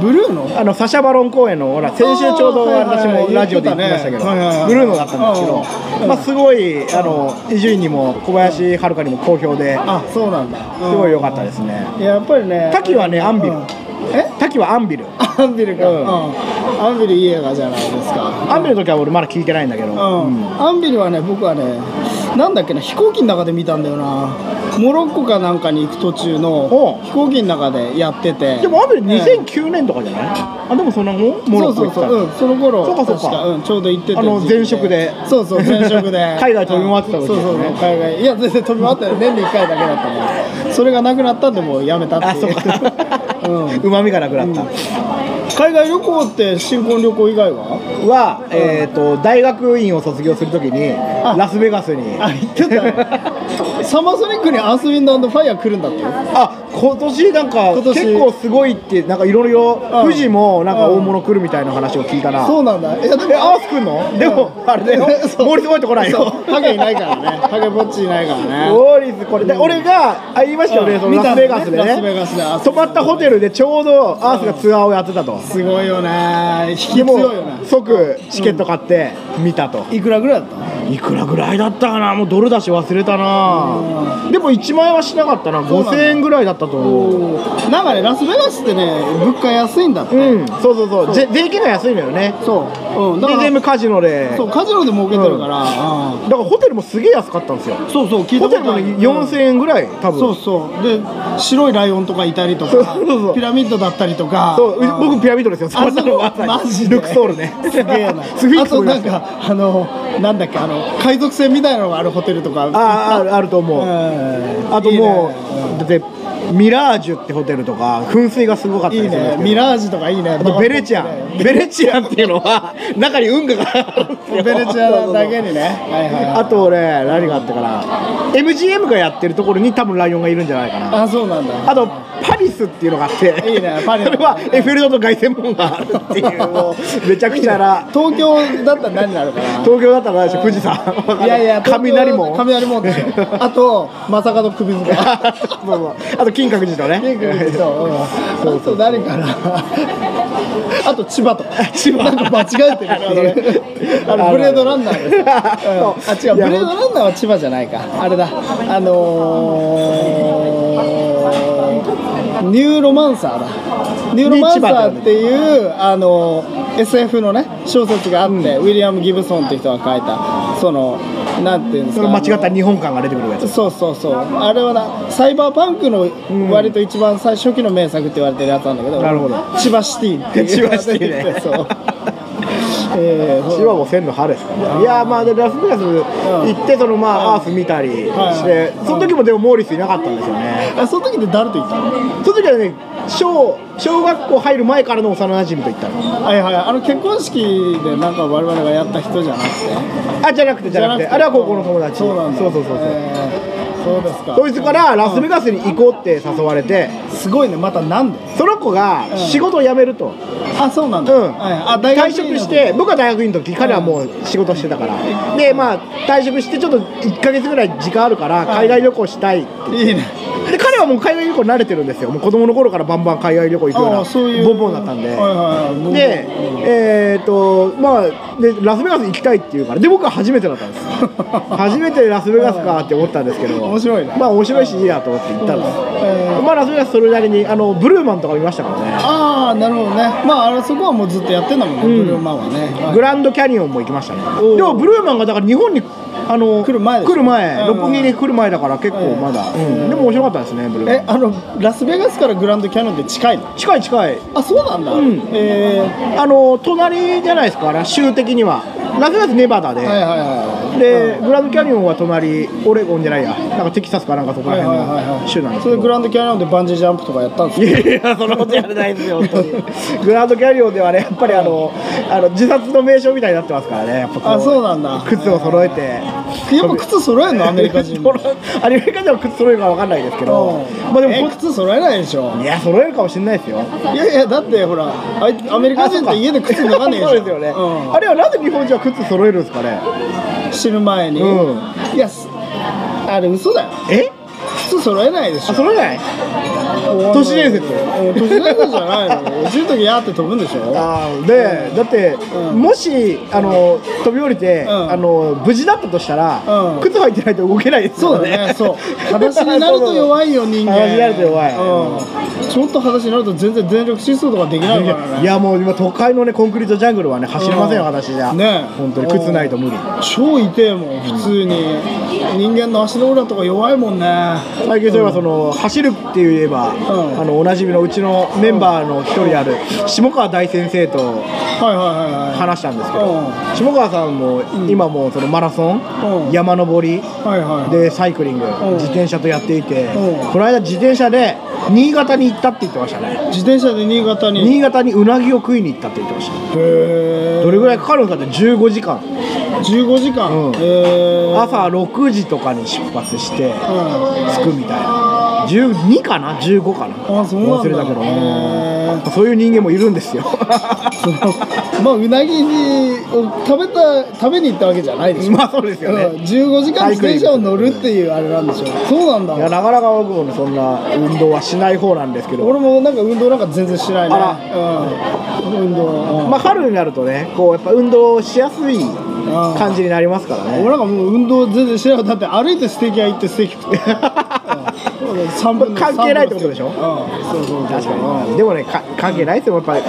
Speaker 1: ブルーの
Speaker 2: あのサシャ・バロン公演のほら先週ちょうど
Speaker 1: あーはい
Speaker 2: 私
Speaker 1: はいはい
Speaker 2: もラジオで言ってました
Speaker 1: 言
Speaker 2: けど
Speaker 1: ってたねはいはいはい
Speaker 2: ブルーノだったんですけ
Speaker 1: うん
Speaker 2: どまあすごいあの伊集院にも小林遥にも好評で
Speaker 1: あそうなんだ
Speaker 2: すごい良かったですね
Speaker 1: たやっぱりね
Speaker 2: 滝はねアンビル
Speaker 1: うんえ
Speaker 2: 滝はアンビル
Speaker 1: アンビルか、
Speaker 2: うん
Speaker 1: うんアンビルいい映画じゃないですか
Speaker 2: アンビルの時は俺まだ聞いてないんだけど
Speaker 1: うん
Speaker 2: うん
Speaker 1: アンビルはね僕はねなんだっけな飛行機の中で見たんだよなモロッコかなんかに行く途中の
Speaker 2: おう
Speaker 1: 飛行機の中でやってて
Speaker 2: でもアンビル
Speaker 1: ええ
Speaker 2: 2009年とかじゃないあでもそんなもんモロッコ行って
Speaker 1: そうそうそう、うん、その頃
Speaker 2: そうかそうか
Speaker 1: 確うん、ちょうど行ってて
Speaker 2: あの
Speaker 1: 時期
Speaker 2: 前職で
Speaker 1: そうそう前職で
Speaker 2: 海外飛び回ってた時
Speaker 1: そうそうそう海外いや全然飛び回ってない年に1回だけだったねそれがなくなったんでもうやめたって
Speaker 2: あ
Speaker 1: い
Speaker 2: そううか
Speaker 1: うん
Speaker 2: うまみがなくなった
Speaker 1: 海外旅行って新婚旅行以外は
Speaker 2: は、えー、と大学院を卒業するときにラスベガスに
Speaker 1: あ行ってたねサマーソニックにアースウィンドアンドファイア来るんだってよ
Speaker 2: あ今年なんか
Speaker 1: 今年
Speaker 2: 結構すごいってなんかいろいろ
Speaker 1: うん
Speaker 2: 富士もなんか大物来るみたいな話を聞いたな
Speaker 1: そうなんだいやで
Speaker 2: えアース来んのでもあれだよ
Speaker 1: そう
Speaker 2: モーリス覚えてこない
Speaker 1: そう
Speaker 2: よ
Speaker 1: ハゲいないからねハゲぼっちいないからね
Speaker 2: モーリスこれで俺があ言いましたよ
Speaker 1: う
Speaker 2: ね
Speaker 1: ん
Speaker 2: その
Speaker 1: 見
Speaker 2: ラ
Speaker 1: た
Speaker 2: スベガスで
Speaker 1: ラスベガ
Speaker 2: ね
Speaker 1: スでアース
Speaker 2: 泊まったホテルでちょうどアースがツアーをやってたと
Speaker 1: すごいよね引き
Speaker 2: でも
Speaker 1: 強いよね
Speaker 2: 即チケット買って見たと
Speaker 1: いくらぐらいだった
Speaker 2: いくらぐらいだったかなもうドルだし忘れたなでも1万円はしなかったな
Speaker 1: そうなんだ
Speaker 2: 5000円ぐらいだったと思う
Speaker 1: おーなんかねラスベガスってね物価安いんだって、
Speaker 2: うんそうそうそうぜ税金が安いのよね
Speaker 1: そう、うん、だ
Speaker 2: で
Speaker 1: から
Speaker 2: 全部カジノで
Speaker 1: そうカジノで儲けてるから、うん
Speaker 2: だからホテルもすげえ安かったんですよ
Speaker 1: そうそう聞いた
Speaker 2: ホ
Speaker 1: こと
Speaker 2: テルも
Speaker 1: ない
Speaker 2: 4000円ぐらい多分
Speaker 1: そうそうで白いライオンとかいたりと
Speaker 2: そう
Speaker 1: か
Speaker 2: そうそう
Speaker 1: ピラミッドだったりとか
Speaker 2: そう
Speaker 1: うん
Speaker 2: 僕ピラミッドですよ
Speaker 1: あそこ
Speaker 2: まさに
Speaker 1: マジで
Speaker 2: ルクソールね
Speaker 1: すげえな
Speaker 2: スフィン
Speaker 1: あ
Speaker 2: クス
Speaker 1: と
Speaker 2: もいま
Speaker 1: な
Speaker 2: し
Speaker 1: ん
Speaker 2: た
Speaker 1: かあのなんだっけあの海賊船みたいなのがあるホテルとか
Speaker 2: あーあるあると思う、
Speaker 1: うん
Speaker 2: あともう
Speaker 1: いいね
Speaker 2: だってミラージュってホテルとか噴水がすごかった
Speaker 1: いい
Speaker 2: りするんで
Speaker 1: ね
Speaker 2: すけど
Speaker 1: ミラージュとかいいね
Speaker 2: あとベレチアンベレチアンっていうのは中に運河があるんですよ
Speaker 1: ベレチアだけにねはいはいはい
Speaker 2: あと俺何があったかな MGM がやってるところに多分ライオンがいるんじゃないかな
Speaker 1: あそうなんだ
Speaker 2: あとパリスっていうのがあって
Speaker 1: いい ねパリス
Speaker 2: それはエッフェル塔と凱旋門があるっていうもうめちゃくちゃな
Speaker 1: 東京だったら何になるかな
Speaker 2: 東京だったら何でしょう富士山
Speaker 1: いやいや、東京
Speaker 2: 雷門
Speaker 1: 雷門 でしょ。あと、まさかの 首塚。
Speaker 2: あそうそうあと金閣寺と ね
Speaker 1: ピンクの人うんあと誰かな。 あと千葉とか。
Speaker 2: 千葉
Speaker 1: なんか間違えてるね俺 あのブレードランナーです。うんあ違うブ
Speaker 2: いや
Speaker 1: レードランナーは千葉じゃないか。あれだ。あのーニューロマンサーだ。ニューロマンサーっていうあの SF のね小説があって、ウィリアム・ギブソンって人が書いたそのなんていうんです
Speaker 2: そ
Speaker 1: か。
Speaker 2: の間違った日本感が出てくるやつ
Speaker 1: そうそうそうあれはなサイバーパンクの割と一番最初期の名作って言われてるやつなんだけど、
Speaker 2: なるほど
Speaker 1: 千葉シティっていう
Speaker 2: 千葉シティ ね
Speaker 1: そうえー
Speaker 2: 千葉も千の春ですからいやーまあでラスベガス行ってそのまあアース見たりして、
Speaker 1: はい
Speaker 2: その時もでもモーリスいなかったんですよね
Speaker 1: あその時で誰と行ったの
Speaker 2: その時はね小小学校入る前からの幼馴染と行ったの
Speaker 1: はいはいあの結婚式でなんか我々がやった人じゃなくて
Speaker 2: あじゃなくてじゃなくてあれは高校の友達
Speaker 1: そうなんだ
Speaker 2: そうそうそうそう、
Speaker 1: えーそうですか
Speaker 2: そいつからラスベガスに行こうって誘われて
Speaker 1: すごいねまたなんで
Speaker 2: その子が仕事を辞めると、
Speaker 1: あそうなん
Speaker 2: う
Speaker 1: だ、
Speaker 2: ん
Speaker 1: はい、あ大学
Speaker 2: 退職して僕は大学院の時彼はもう仕事してたからでまあ退職してちょっと1か月ぐらい時間あるから海外旅行したいって
Speaker 1: いいね
Speaker 2: で彼はもう海外旅行慣れてるんですよもう子供の頃からバンバン海外旅行行くよう
Speaker 1: あ
Speaker 2: な
Speaker 1: あそういう
Speaker 2: ボンボンだったんで、
Speaker 1: はいはいはい
Speaker 2: でえっとまあでラスベガス行きたいって言うからで僕は初めてだったんです 初めてラスベガスかって思ったんですけど
Speaker 1: 面白いね
Speaker 2: まあ面白いしいいやと思って行ったんです、
Speaker 1: えー
Speaker 2: まあラスベガスそれなりにあのブルーマンとか見ましたからね
Speaker 1: ああなるほどねまああれそこはもうずっとやってんだもんね、
Speaker 2: うん
Speaker 1: ブルーマンはね、はい
Speaker 2: グランドキャニオンも行きましたね
Speaker 1: おう
Speaker 2: でもブルーマンがだから日本にあの
Speaker 1: 来る前でしょ
Speaker 2: 来る前
Speaker 1: うん
Speaker 2: 六本木に来る前だから結構まだ、うんでも面白かったですねブルー
Speaker 1: えあのラスベガスからグランドキャノンって近いの
Speaker 2: 近い近い
Speaker 1: あそうなんだ、
Speaker 2: うん
Speaker 1: えー
Speaker 2: あの隣じゃないですか州的にはラスベガスネバダで、
Speaker 1: はいはいはい
Speaker 2: で、グランドキャニオンは隣オレゴンじゃないやなんかテキサスかなんかそこ
Speaker 1: は
Speaker 2: ら
Speaker 1: いはい
Speaker 2: 辺
Speaker 1: はいは
Speaker 2: の
Speaker 1: い
Speaker 2: 州なんです
Speaker 1: そ
Speaker 2: け
Speaker 1: れ
Speaker 2: ど
Speaker 1: グランドキャノンでバンジージャンプとかやったんです
Speaker 2: いや いやそんなことやれないですよ本当にグランドキャニオンではねやっぱりあのあの自殺の名称みたいになってますからねやっぱこ
Speaker 1: あそうなんだ
Speaker 2: 靴を揃えて
Speaker 1: かやっぱ靴揃 えんのアメリカ人も
Speaker 2: アメリカでは靴揃えるかわかんないですけどまあで
Speaker 1: え
Speaker 2: もこ
Speaker 1: 靴揃えないでしょ
Speaker 2: いや揃えるかもしれないですよ
Speaker 1: いやいやだってほらあいアメリカ人って家で靴脱がねえじゃん
Speaker 2: そうですよね、
Speaker 1: うん
Speaker 2: あれはなぜ日本人は靴揃えるんですかね
Speaker 1: 死ぬ前に、
Speaker 2: うん
Speaker 1: いやすあれ嘘だよ
Speaker 2: え
Speaker 1: 靴揃えないでし
Speaker 2: あ
Speaker 1: ょ
Speaker 2: 揃えない都市伝説
Speaker 1: うん都市伝説じゃないの落ちる時やーって飛ぶんでしょ
Speaker 2: あーで、だって、
Speaker 1: うん
Speaker 2: もしあの飛び降りて、
Speaker 1: うん
Speaker 2: あの無事だったとしたら、
Speaker 1: うん
Speaker 2: 靴履いてないと動けないです
Speaker 1: そうだねそう裸足になると弱いよ人間
Speaker 2: 裸足になると弱い
Speaker 1: うん、ちょっと裸足になると全然全力疾走とかできないからね
Speaker 2: いやもう今都会のねコンクリートジャングルはね走れませんよ、
Speaker 1: うん
Speaker 2: 私じゃ
Speaker 1: ねえ
Speaker 2: 本当に靴ないと無理
Speaker 1: 超痛えもん普通に、人間の足の裏とか弱いもんね
Speaker 2: 最近そういえばその、走るって言えば、
Speaker 1: ん
Speaker 2: あのおなじみのうちのメンバーの一人である下川大先生と
Speaker 1: はいはいはいはい
Speaker 2: 話したんですけ
Speaker 1: う
Speaker 2: ど、
Speaker 1: ん
Speaker 2: 下川さんも、今もうそのマラソン、
Speaker 1: うん
Speaker 2: 山登り、
Speaker 1: はいはいはい
Speaker 2: でサイクリング、
Speaker 1: ん
Speaker 2: 自転車とやっていて、
Speaker 1: うん
Speaker 2: この間自転車で新潟に行ったって言ってましたね
Speaker 1: 自転車で新潟に
Speaker 2: 新潟にうなぎを食いに行ったって言ってました
Speaker 1: へえ
Speaker 2: どれぐらいかかるんだって15時間
Speaker 1: 15時間、
Speaker 2: うん
Speaker 1: えー、
Speaker 2: 朝6時とかに出発して
Speaker 1: うん
Speaker 2: 着くみたいな12かな15かな
Speaker 1: あそうなんだ
Speaker 2: 忘れたけど
Speaker 1: へー
Speaker 2: うんそういう人間もいるんですよ
Speaker 1: そのまあうなぎにを食べた食べに行ったわけじゃないでしょ、
Speaker 2: まあそうですよね、
Speaker 1: うん15時間自転車を乗るっていうあれなんでしょそうなん
Speaker 2: いや
Speaker 1: だ
Speaker 2: なかなか僕もねそんな運動はしない方なんですけど
Speaker 1: 俺もなんか運動なんか全然しないね
Speaker 2: あ
Speaker 1: うん、運動、
Speaker 2: まあ春になるとねこうやっぱ運動しやすい
Speaker 1: あ
Speaker 2: 感じになりますからね
Speaker 1: 俺なんかもう運動全然しないだって歩いてステーキ屋行ってステーキ 食って、うん、3分の
Speaker 2: 関係ないってことでしょ
Speaker 1: うん、そうそうそう
Speaker 2: 確か
Speaker 1: うん
Speaker 2: にでもねか関係ないですよやっぱり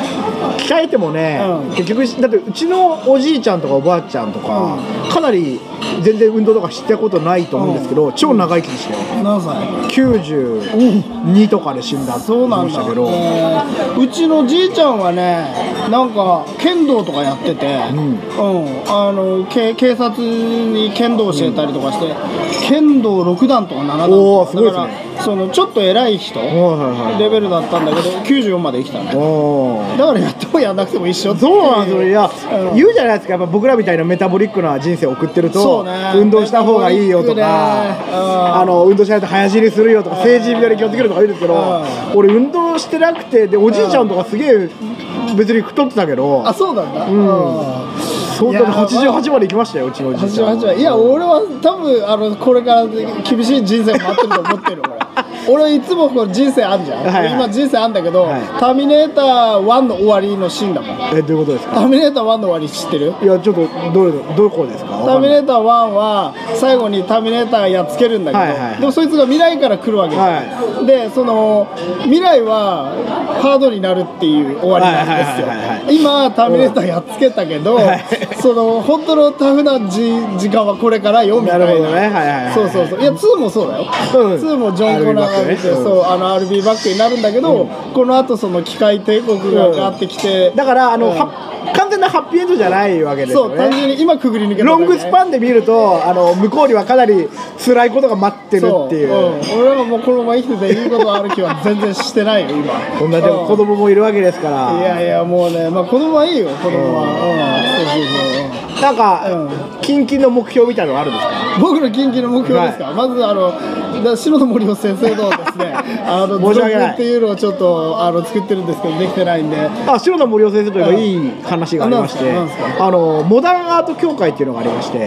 Speaker 2: 鍛えてもね、
Speaker 1: うん
Speaker 2: 結局だってうちのおじいちゃんとかおばあちゃんとか、かなり全然運動とかしたことないと思うんですけど、超長生きでしたよ
Speaker 1: 何歳
Speaker 2: 92とかで死んだって
Speaker 1: そうな
Speaker 2: 言い
Speaker 1: ん
Speaker 2: まし
Speaker 1: だ
Speaker 2: たけど、
Speaker 1: えーうちのじいちゃんはねなんか剣道とかやってて、う
Speaker 2: ん
Speaker 1: んあのけ警察に剣道教えたりとかして、剣道6段とか7段と
Speaker 2: おー
Speaker 1: か
Speaker 2: すごいですね
Speaker 1: だからそのちょっと偉い人
Speaker 2: はいはいはい
Speaker 1: レベルだったんだけど94まで生きたね
Speaker 2: おー
Speaker 1: だからやってもやんなくても一緒ってい
Speaker 2: そうなんですよいや、
Speaker 1: うん
Speaker 2: 言うじゃないですかやっぱ僕らみたいなメタボリックな人生を送ってる
Speaker 1: そう
Speaker 2: と、
Speaker 1: ね
Speaker 2: 運動した方がいいよと
Speaker 1: メタボリッ
Speaker 2: か、
Speaker 1: クねうん
Speaker 2: あの運動しないと早死にするよとか成人病に気をつけるとか言うんですけど、
Speaker 1: う
Speaker 2: 俺運動してなくてでおじいちゃんとかすげえ別に太ってたけど、
Speaker 1: あそうなんだ、
Speaker 2: ん
Speaker 1: うん
Speaker 2: 相当
Speaker 1: い
Speaker 2: に
Speaker 1: や
Speaker 2: 88まで行きましたようちのおじいちゃん
Speaker 1: 88はいや俺は多分あのこれから厳しい人生を待ってると思ってる 俺俺いつもこう人生あんじゃん、
Speaker 2: はいはい
Speaker 1: 今人生あんだけど、
Speaker 2: はい
Speaker 1: ターミネーター1の終わりのシーンだもん
Speaker 2: えどういうことです
Speaker 1: タ
Speaker 2: か
Speaker 1: ーミネーター1の終わり知ってる
Speaker 2: いやちょっとどれどこですか
Speaker 1: タ
Speaker 2: わか
Speaker 1: ー
Speaker 2: ん
Speaker 1: ミ
Speaker 2: ない
Speaker 1: ネーター1は最後にターミネーターがやっつけるんだけど、
Speaker 2: はいはいはい
Speaker 1: でもそいつが未来から来るわけじゃん、
Speaker 2: は
Speaker 1: でその未来はハードになるっていう終わりなんですよ、
Speaker 2: はいはいはいはい
Speaker 1: 今ターミネーターやっつけたけど、
Speaker 2: はい
Speaker 1: その本当のタフなじ時間はこれからよみたいな
Speaker 2: なるほどねはいはいはい
Speaker 1: そうそうそういや2もそうだよ、
Speaker 2: うん
Speaker 1: 2もジョン・コナーが見て、
Speaker 2: RB バックね
Speaker 1: そうあの RB バックになるんだけど、このあとその機械帝国が上がってきて、
Speaker 2: だからあの、
Speaker 1: うん
Speaker 2: は完全なハッピーエンドじゃないわけですよ
Speaker 1: そう
Speaker 2: ね
Speaker 1: 単純に今くぐり抜けただ
Speaker 2: ロ
Speaker 1: けね
Speaker 2: ングスパンで見るとあの向こうにはかなり辛いことが待ってるっていう
Speaker 1: そうん俺らがもうこのまま生きてていいことある気は全然してないよ今
Speaker 2: こんなでも子供もいるわけですから
Speaker 1: いやいやもうねまあ子供はいいよ子供はうんそうそうそう
Speaker 2: なん
Speaker 1: う
Speaker 2: か近々の目標みたいなのあるんですか
Speaker 1: 僕の近畿の目標ですか、まずあのだ篠の森の先生のです ねあの
Speaker 2: 申し訳ない
Speaker 1: ブログっていうのをちょっとあの作ってるんですけどできてないんで
Speaker 2: あ白田森生先生というえば
Speaker 1: ん
Speaker 2: いい話がありまして
Speaker 1: あなんですかなんです
Speaker 2: あのモダンアート協会っていうのがありまして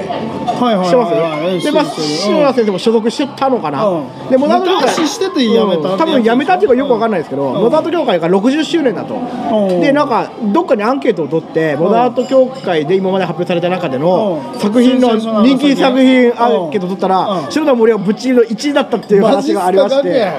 Speaker 1: はいはい
Speaker 2: 知ってます
Speaker 1: はい
Speaker 2: でまあ篠田先生も所属してたのかな、
Speaker 1: うん
Speaker 2: でモダンアート協会
Speaker 1: 昔してて辞めたってやつ
Speaker 2: うん多分辞めたっていうかよくわかんないですけど、モダンアート協会が60周年だと、
Speaker 1: ん
Speaker 2: でなんかどっかにアンケートを取ってモダンアート協会で今まで発表された中での、作品の人気作品アンケート取ったら、
Speaker 1: うん
Speaker 2: 白田森生がぶっちぎりの1位だっったっていう話がありまして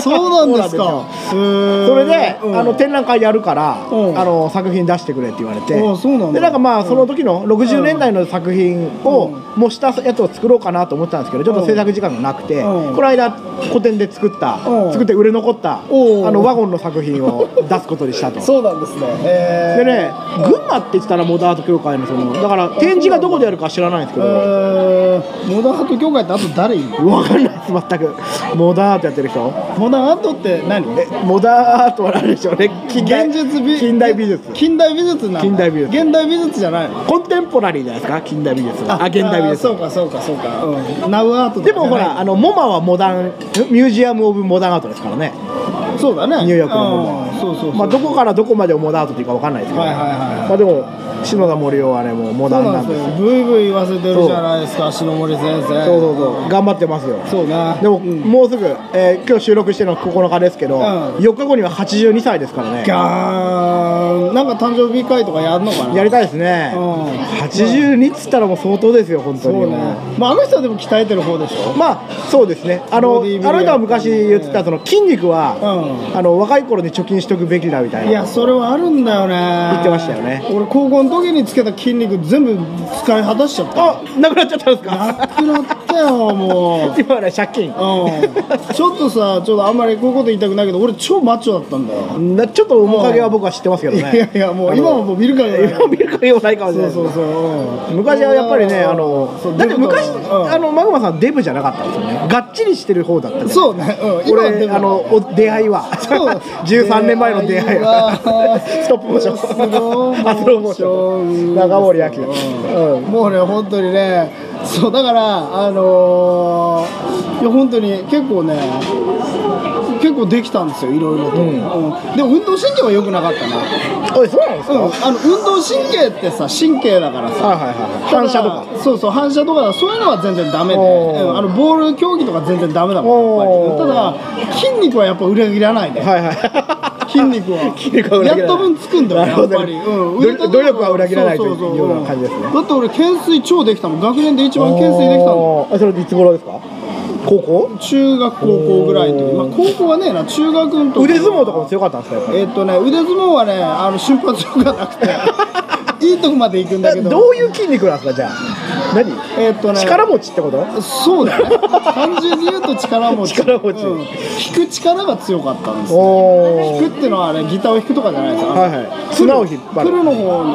Speaker 1: そうなんです
Speaker 2: そうな
Speaker 1: か
Speaker 2: ん
Speaker 1: へ
Speaker 2: で
Speaker 1: ー
Speaker 2: それで、
Speaker 1: うん
Speaker 2: あの展覧会やるから、
Speaker 1: うん
Speaker 2: あの作品出してくれって言われて、
Speaker 1: あそうなんだ
Speaker 2: でなんかまあその時の60年代の作品を模したやつを作ろうかなと思ってたんですけどちょっと制作時間がなくて、
Speaker 1: うん
Speaker 2: この間個展で作った、
Speaker 1: うん
Speaker 2: 作って売れ残った、
Speaker 1: おう
Speaker 2: あのワゴンの作品を出すことにした と。
Speaker 1: そうなんですねへー
Speaker 2: でね群馬って言ったらモダンアート協会のそのだから展示がどこでやるか知らないんですけ
Speaker 1: え
Speaker 2: ど、
Speaker 1: ーモダンアート協会ってあと誰いる
Speaker 2: わかんないです全くモダンアートやってる人
Speaker 1: モダンアートって何
Speaker 2: えモダンアートは何でしょうね近代
Speaker 1: 現実美
Speaker 2: 近代美術
Speaker 1: 近代美術なんだ
Speaker 2: 近代美術
Speaker 1: 現代美術じゃないの
Speaker 2: コンテンポラリーじゃないですか近代美術はあ現代美
Speaker 1: あ
Speaker 2: 術
Speaker 1: そうかそうかそうかうんナウアートとか
Speaker 2: でもほらあのモマはモダンミュージアム・オブ・モダンアートですからね
Speaker 1: そうだね
Speaker 2: ニューヨークのモダ
Speaker 1: う
Speaker 2: ン
Speaker 1: んそうそうそう
Speaker 2: まあ、どこからどこまでをモダンアートっていうかわかんないですけど、
Speaker 1: はいはいはいはい
Speaker 2: まあ、でも篠田森生はねもうモ
Speaker 1: そ
Speaker 2: ダ
Speaker 1: う
Speaker 2: ン
Speaker 1: な
Speaker 2: なんん
Speaker 1: で
Speaker 2: ですすよ
Speaker 1: よブイブイ言わせてるじゃないですか篠森先生
Speaker 2: そうそうそう頑張ってますよ
Speaker 1: そうね
Speaker 2: でも、
Speaker 1: うん
Speaker 2: もうすぐ、えー今日収録してるの9日ですけど、
Speaker 1: うん
Speaker 2: 4日後には82歳ですからね
Speaker 1: ガーンなんか誕生日会とかやるのかな
Speaker 2: やりたいですね、
Speaker 1: うん
Speaker 2: 82っつったらもう相当ですよ本当
Speaker 1: そ
Speaker 2: に
Speaker 1: うねまああの人はでも鍛えてる方でしょ
Speaker 2: まあそうですねあの
Speaker 1: ボ
Speaker 2: あ
Speaker 1: ディビル
Speaker 2: の人は昔言ってたその筋肉
Speaker 1: う
Speaker 2: は、あの若い頃に貯金しとくべきだみたいない
Speaker 1: やそれはあるんだよね言
Speaker 2: ってましたよね
Speaker 1: 俺高校の時につけた筋肉全部使い果たしちゃった
Speaker 2: あなくなっちゃったんです
Speaker 1: な
Speaker 2: か
Speaker 1: くなったよもう
Speaker 2: 今ね借金
Speaker 1: うんちょっとさちょっとあんまりこういうこと言いたくないけど俺超マッチョだったんだよ、
Speaker 2: なちょっと面影は僕は知ってますけど
Speaker 1: い
Speaker 2: ね
Speaker 1: やいやもう今はもう見るからね
Speaker 2: 今見る限りもないかもしれ
Speaker 1: そ
Speaker 2: な
Speaker 1: う
Speaker 2: い
Speaker 1: そうそう、うん
Speaker 2: 昔はやっぱりねあの
Speaker 1: そう
Speaker 2: だって昔、
Speaker 1: デブとうん
Speaker 2: あのマグマさんデブじゃなかったんですよねがっちりしてる方だったじゃない
Speaker 1: そうね、うん、今はで
Speaker 2: 俺
Speaker 1: も
Speaker 2: あのお出会いは
Speaker 1: そう
Speaker 2: 13年前の出会いは
Speaker 1: 出会いは
Speaker 2: ストップモーション
Speaker 1: スローモーション
Speaker 2: あスローモーション中森明菜うん
Speaker 1: もうね本当にねそうだからあのーいや本当に結構ね結構できたんですよいろいろと、
Speaker 2: うん
Speaker 1: うんでも運動神経は良くなかったな、
Speaker 2: おいそうなんですか、
Speaker 1: う
Speaker 2: はい
Speaker 1: ん、あの運動神経ってさ神経だからさ
Speaker 2: はいはい反射とか
Speaker 1: そうそう反射とかそういうのは全然ダメで、
Speaker 2: おー
Speaker 1: うんあのボール競技とか全然ダメだもんやっぱりただ筋肉はやっぱ裏切らないね
Speaker 2: はいはい
Speaker 1: 筋肉は
Speaker 2: 筋肉は裏切
Speaker 1: やっ
Speaker 2: らない
Speaker 1: た分つくんだよ
Speaker 2: なるほ
Speaker 1: やっ
Speaker 2: ど
Speaker 1: ぱり、うん、
Speaker 2: 努
Speaker 1: 腕とか
Speaker 2: 努力は裏切らないという
Speaker 1: そそそ
Speaker 2: ような感じですね
Speaker 1: だって俺懸垂超できたもん学年で一番懸垂できたの
Speaker 2: あそれいつ頃ですか高校
Speaker 1: 中学高校ぐらいの時、
Speaker 2: お
Speaker 1: まあ、
Speaker 2: ー
Speaker 1: 高校はねえな中学の時
Speaker 2: 腕相撲とかも強かったんですかやっぱり
Speaker 1: えっとね腕相撲はねあの瞬発力がなく ていいとこまで行くんだけど
Speaker 2: どういう筋肉なんですかじゃあ何、
Speaker 1: えっとね
Speaker 2: 力持ちってこと
Speaker 1: そうだね単純に言うと力持ち
Speaker 2: 力持ち
Speaker 1: うん弾く力が強かったんですよ
Speaker 2: お
Speaker 1: 弾くっていうのはあれギターを弾くとかじゃないですか、
Speaker 2: はいはい綱を引っ張
Speaker 1: プル
Speaker 2: る
Speaker 1: の方の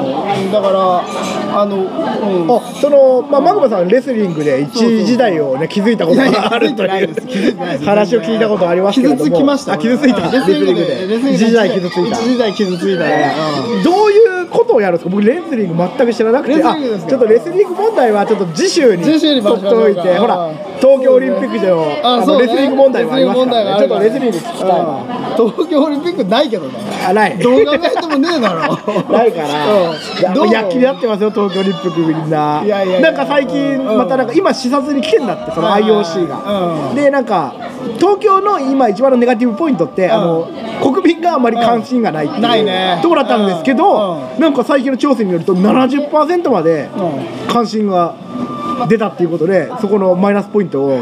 Speaker 1: だからあの、うん、
Speaker 2: あその、まあ、マグマさんレスリングで一時代をね気づいたことがあると
Speaker 1: いや
Speaker 2: い
Speaker 1: いや気づいてないです気づいてないで
Speaker 2: う
Speaker 1: す
Speaker 2: 話を聞いたことありますけれども
Speaker 1: 傷つきました
Speaker 2: あ傷ついた
Speaker 1: レスリングで
Speaker 2: レス
Speaker 1: レスリン
Speaker 2: リン
Speaker 1: グで
Speaker 2: グで一時代傷ついた
Speaker 1: 一時代傷ついたね、うん
Speaker 2: どういうことをやるんですか僕レスリング全く知らなく
Speaker 1: レ
Speaker 2: て
Speaker 1: スリ
Speaker 2: あ
Speaker 1: ングですか
Speaker 2: ちょっとレスリング問題はちょっと次週に取
Speaker 1: 次週に
Speaker 2: っ
Speaker 1: 回しましょう
Speaker 2: ておいてほら東京オリンピックでの
Speaker 1: あ
Speaker 2: あ
Speaker 1: そ
Speaker 2: の
Speaker 1: うね
Speaker 2: レスリング問題もありますから、ね、ちょっとレスリング聞きたいな
Speaker 1: うん東京オリンピックないけどね
Speaker 2: あない
Speaker 1: どう考えてもねえだ ろ
Speaker 2: ないから
Speaker 1: うん
Speaker 2: や
Speaker 1: どう
Speaker 2: 躍起になってますよ東京オリンピックみんない
Speaker 1: やいやいや
Speaker 2: なんか最近
Speaker 1: うん
Speaker 2: またなんか今視察に来てんだってその
Speaker 1: はいはい
Speaker 2: IOC が、
Speaker 1: うん
Speaker 2: でなんか東京の今一番のネガティブポイントって、あの国民があまり関心がないっていう、
Speaker 1: ないね
Speaker 2: ところだったんですけど、
Speaker 1: うん
Speaker 2: なんか最近の調査によると70%まで
Speaker 1: う
Speaker 2: 関心が出たっていうことでそこのマイナスポイントを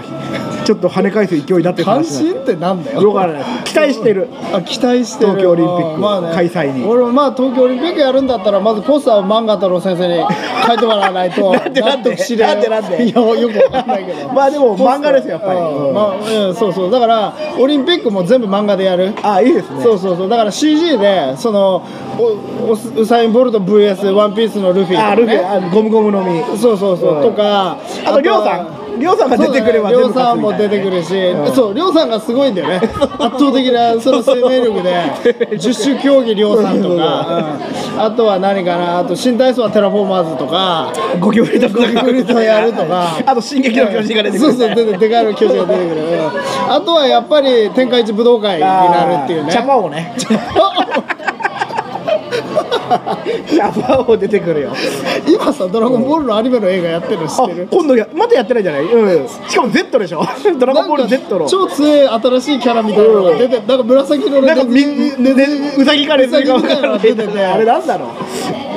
Speaker 2: ちょっと跳ね返す勢いだっていう
Speaker 1: 関
Speaker 2: 話なんです
Speaker 1: 心ってなんだよ
Speaker 2: よくわからない期待してる
Speaker 1: あ期待してる
Speaker 2: 東京オリンピック開催に
Speaker 1: 俺もまあ東京オリンピックやるんだったらまずポスターを漫画太郎先生に書いてもらわないと
Speaker 2: なんで
Speaker 1: 納得しない
Speaker 2: なんでなんで
Speaker 1: いやよくわかんないけど
Speaker 2: まあでも 漫画ですよやっぱり、
Speaker 1: うん
Speaker 2: うん
Speaker 1: まあうんそうそうだからオリンピックも全部漫画でやる
Speaker 2: あいいですね
Speaker 1: そうそうそうだから CG でそのおおウサイン・ボルト VS ワンピースのルフィと
Speaker 2: あ
Speaker 1: か
Speaker 2: ルフ
Speaker 1: ね
Speaker 2: ィあゴムゴムの実
Speaker 1: そうそうそう、
Speaker 2: うん
Speaker 1: とか
Speaker 2: あとりょうさんりょうさんが出てくれば
Speaker 1: り
Speaker 2: 全
Speaker 1: ょ
Speaker 2: 部
Speaker 1: うさんも出てくるし、そうりょうさんがすごいん だよね圧倒的なその生命力で十種競技りょうさんとか、うんあとは何かなあと新体操はテラフォーマーズとか
Speaker 2: ゴキブリと
Speaker 1: ゴキブリとやるとか
Speaker 2: あと「進撃の巨人」が出てく
Speaker 1: そ
Speaker 2: る、
Speaker 1: うそう出てでかいの巨人が出てく る、うんあとはやっぱり天下一武道会になるっていうね
Speaker 2: チャパ王ねチャパ王出てくるよ
Speaker 1: 今さ「ドラゴンボール」のアニメの映画やってるの知
Speaker 2: あ
Speaker 1: ってる
Speaker 2: 今度やまたやってないじゃない、うん、しかも Z でしょドラゴンボール Z の
Speaker 1: 超強い新しいキャラみたいなのが出てなんか紫色の
Speaker 2: なんかみ
Speaker 1: ネズミ
Speaker 2: ねうさぎかレズミか分からない
Speaker 1: ウサギみたいなのが出てて
Speaker 2: あれなんだろ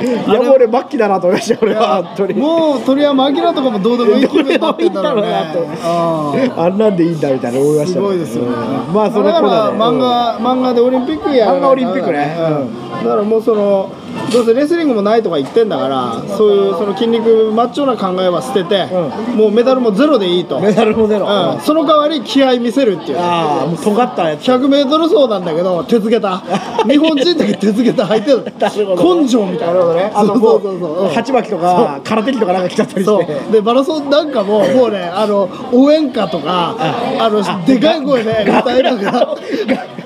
Speaker 2: ういやもう俺末期だなと思いました俺は本当に
Speaker 1: もう鳥山明とかもどうでもいい気分になってんだろうね
Speaker 2: どうでもいいんだ
Speaker 1: うん
Speaker 2: あんなんでいいんだみたいな思いました
Speaker 1: す
Speaker 2: ね
Speaker 1: ごいですよね。
Speaker 2: うんまあそれ
Speaker 1: だか
Speaker 2: はコロナ
Speaker 1: ら
Speaker 2: で
Speaker 1: 漫画漫画でオリンピックやらない
Speaker 2: 漫画オリンピックね
Speaker 1: うんだからもうそのどうせレスリングもないとか言ってんだから、そういうその筋肉マッチョな考えは捨てて、もうメダルもゼロでいいと。
Speaker 2: メダルもゼロ、
Speaker 1: うん、その代わり気合い見せるっていう。
Speaker 2: ああもう尖ったやつ
Speaker 1: 100m 走なんだけど手付けた日本人だけ手付けた履いて る
Speaker 2: ほど
Speaker 1: 根性みたいなるほどね
Speaker 2: あのも
Speaker 1: そうそうそうそう
Speaker 2: う鉢巻きとか空手着とかなんか着ちゃったり
Speaker 1: そ
Speaker 2: して
Speaker 1: うでマラソンなんかももうねあの応援歌とかあのでかい声で歌いながら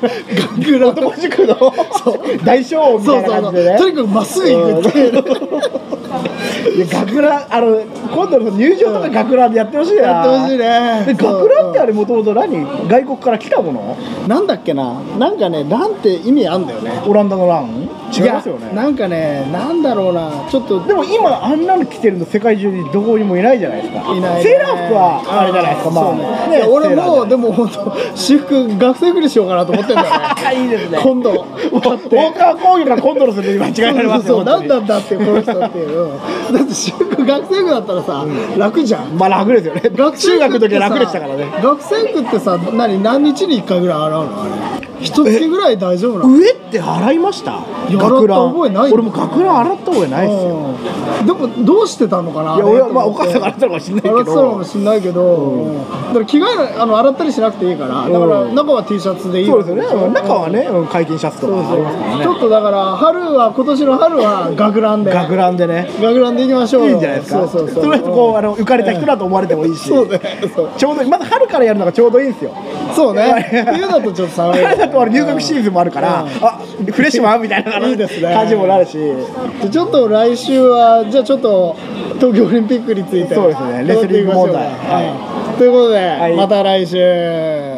Speaker 1: 学ラン
Speaker 2: 男塾の大将王み
Speaker 1: そ
Speaker 2: た
Speaker 1: う
Speaker 2: い
Speaker 1: そ
Speaker 2: な
Speaker 1: うそ
Speaker 2: 感
Speaker 1: う
Speaker 2: じでね
Speaker 1: とにかくまっすぐ行くっていう
Speaker 2: いや学ランあの今度の入場とか学ランでやってほしいな
Speaker 1: やってほしいね
Speaker 2: で
Speaker 1: そう
Speaker 2: 学ランってあれもともと何外国から来たもの
Speaker 1: なんだっけななんかねランって意味あんだよね
Speaker 2: オランダのラン違いますよ
Speaker 1: や
Speaker 2: ね
Speaker 1: なんかねなんだろうなちょっと
Speaker 2: でも今あんなの着てるの世界中にどこにもいないじゃないですか
Speaker 1: いないね
Speaker 2: セーラー服はあれじゃないですかま
Speaker 1: そ
Speaker 2: あ
Speaker 1: うねいや俺もうでも本当私服学生服にしようかなと思ってんだよ ね
Speaker 2: いいですね
Speaker 1: 今度買って
Speaker 2: 大川工業からコントロールするのに間違えられますよ
Speaker 1: そうそうそう
Speaker 2: 本当
Speaker 1: 何
Speaker 2: に
Speaker 1: なんだってこの人っていううんだって私服学生服だったらさ、楽じゃん
Speaker 2: まあ楽ですよね
Speaker 1: 学生服
Speaker 2: 中学の
Speaker 1: って
Speaker 2: 時は
Speaker 1: さ
Speaker 2: 楽でしたからね
Speaker 1: 学生服ってさ何何日に1回ぐらい洗うのあれ一月ぐらい大丈夫なの
Speaker 2: 上って洗いました
Speaker 1: いや
Speaker 2: 学ラ
Speaker 1: 洗っ
Speaker 2: ン
Speaker 1: た覚えない
Speaker 2: 俺も学ラン洗った覚えないですよ
Speaker 1: うんでもどうしてたのかないい
Speaker 2: や俺はまあお母さんが洗ったのかもしれないけ
Speaker 1: 洗ってたのかも
Speaker 2: ど
Speaker 1: しんないけど、うんだから着替えなあの洗ったりしなくていいからだから
Speaker 2: うん
Speaker 1: 中は T シャツでいい
Speaker 2: そうですよね
Speaker 1: うん
Speaker 2: 中はねうん解禁シャツと
Speaker 1: そう
Speaker 2: かありますから
Speaker 1: そう
Speaker 2: ね
Speaker 1: ちょっとだから春は今年の春は学ランで
Speaker 2: 学ランでね
Speaker 1: 学ランでいきましょうよ
Speaker 2: いいんじゃないですか
Speaker 1: そうそうそう
Speaker 2: とりあえずこうあの浮かれた人だと思われてもいいし
Speaker 1: そうねそう
Speaker 2: ちょうどいいまず春からやるのがちょうどいいんですよ
Speaker 1: そうね冬だとちょっと 寒い
Speaker 2: 春だと俺入学シーズンもあるから
Speaker 1: うん
Speaker 2: あフレッシュマンみたいな
Speaker 1: いいですね
Speaker 2: 感じもなるし
Speaker 1: でちょっと来週はじゃあちょっと東京オリンピックについて
Speaker 2: そうですねレスリング問題
Speaker 1: はいということで、
Speaker 2: い
Speaker 1: また来週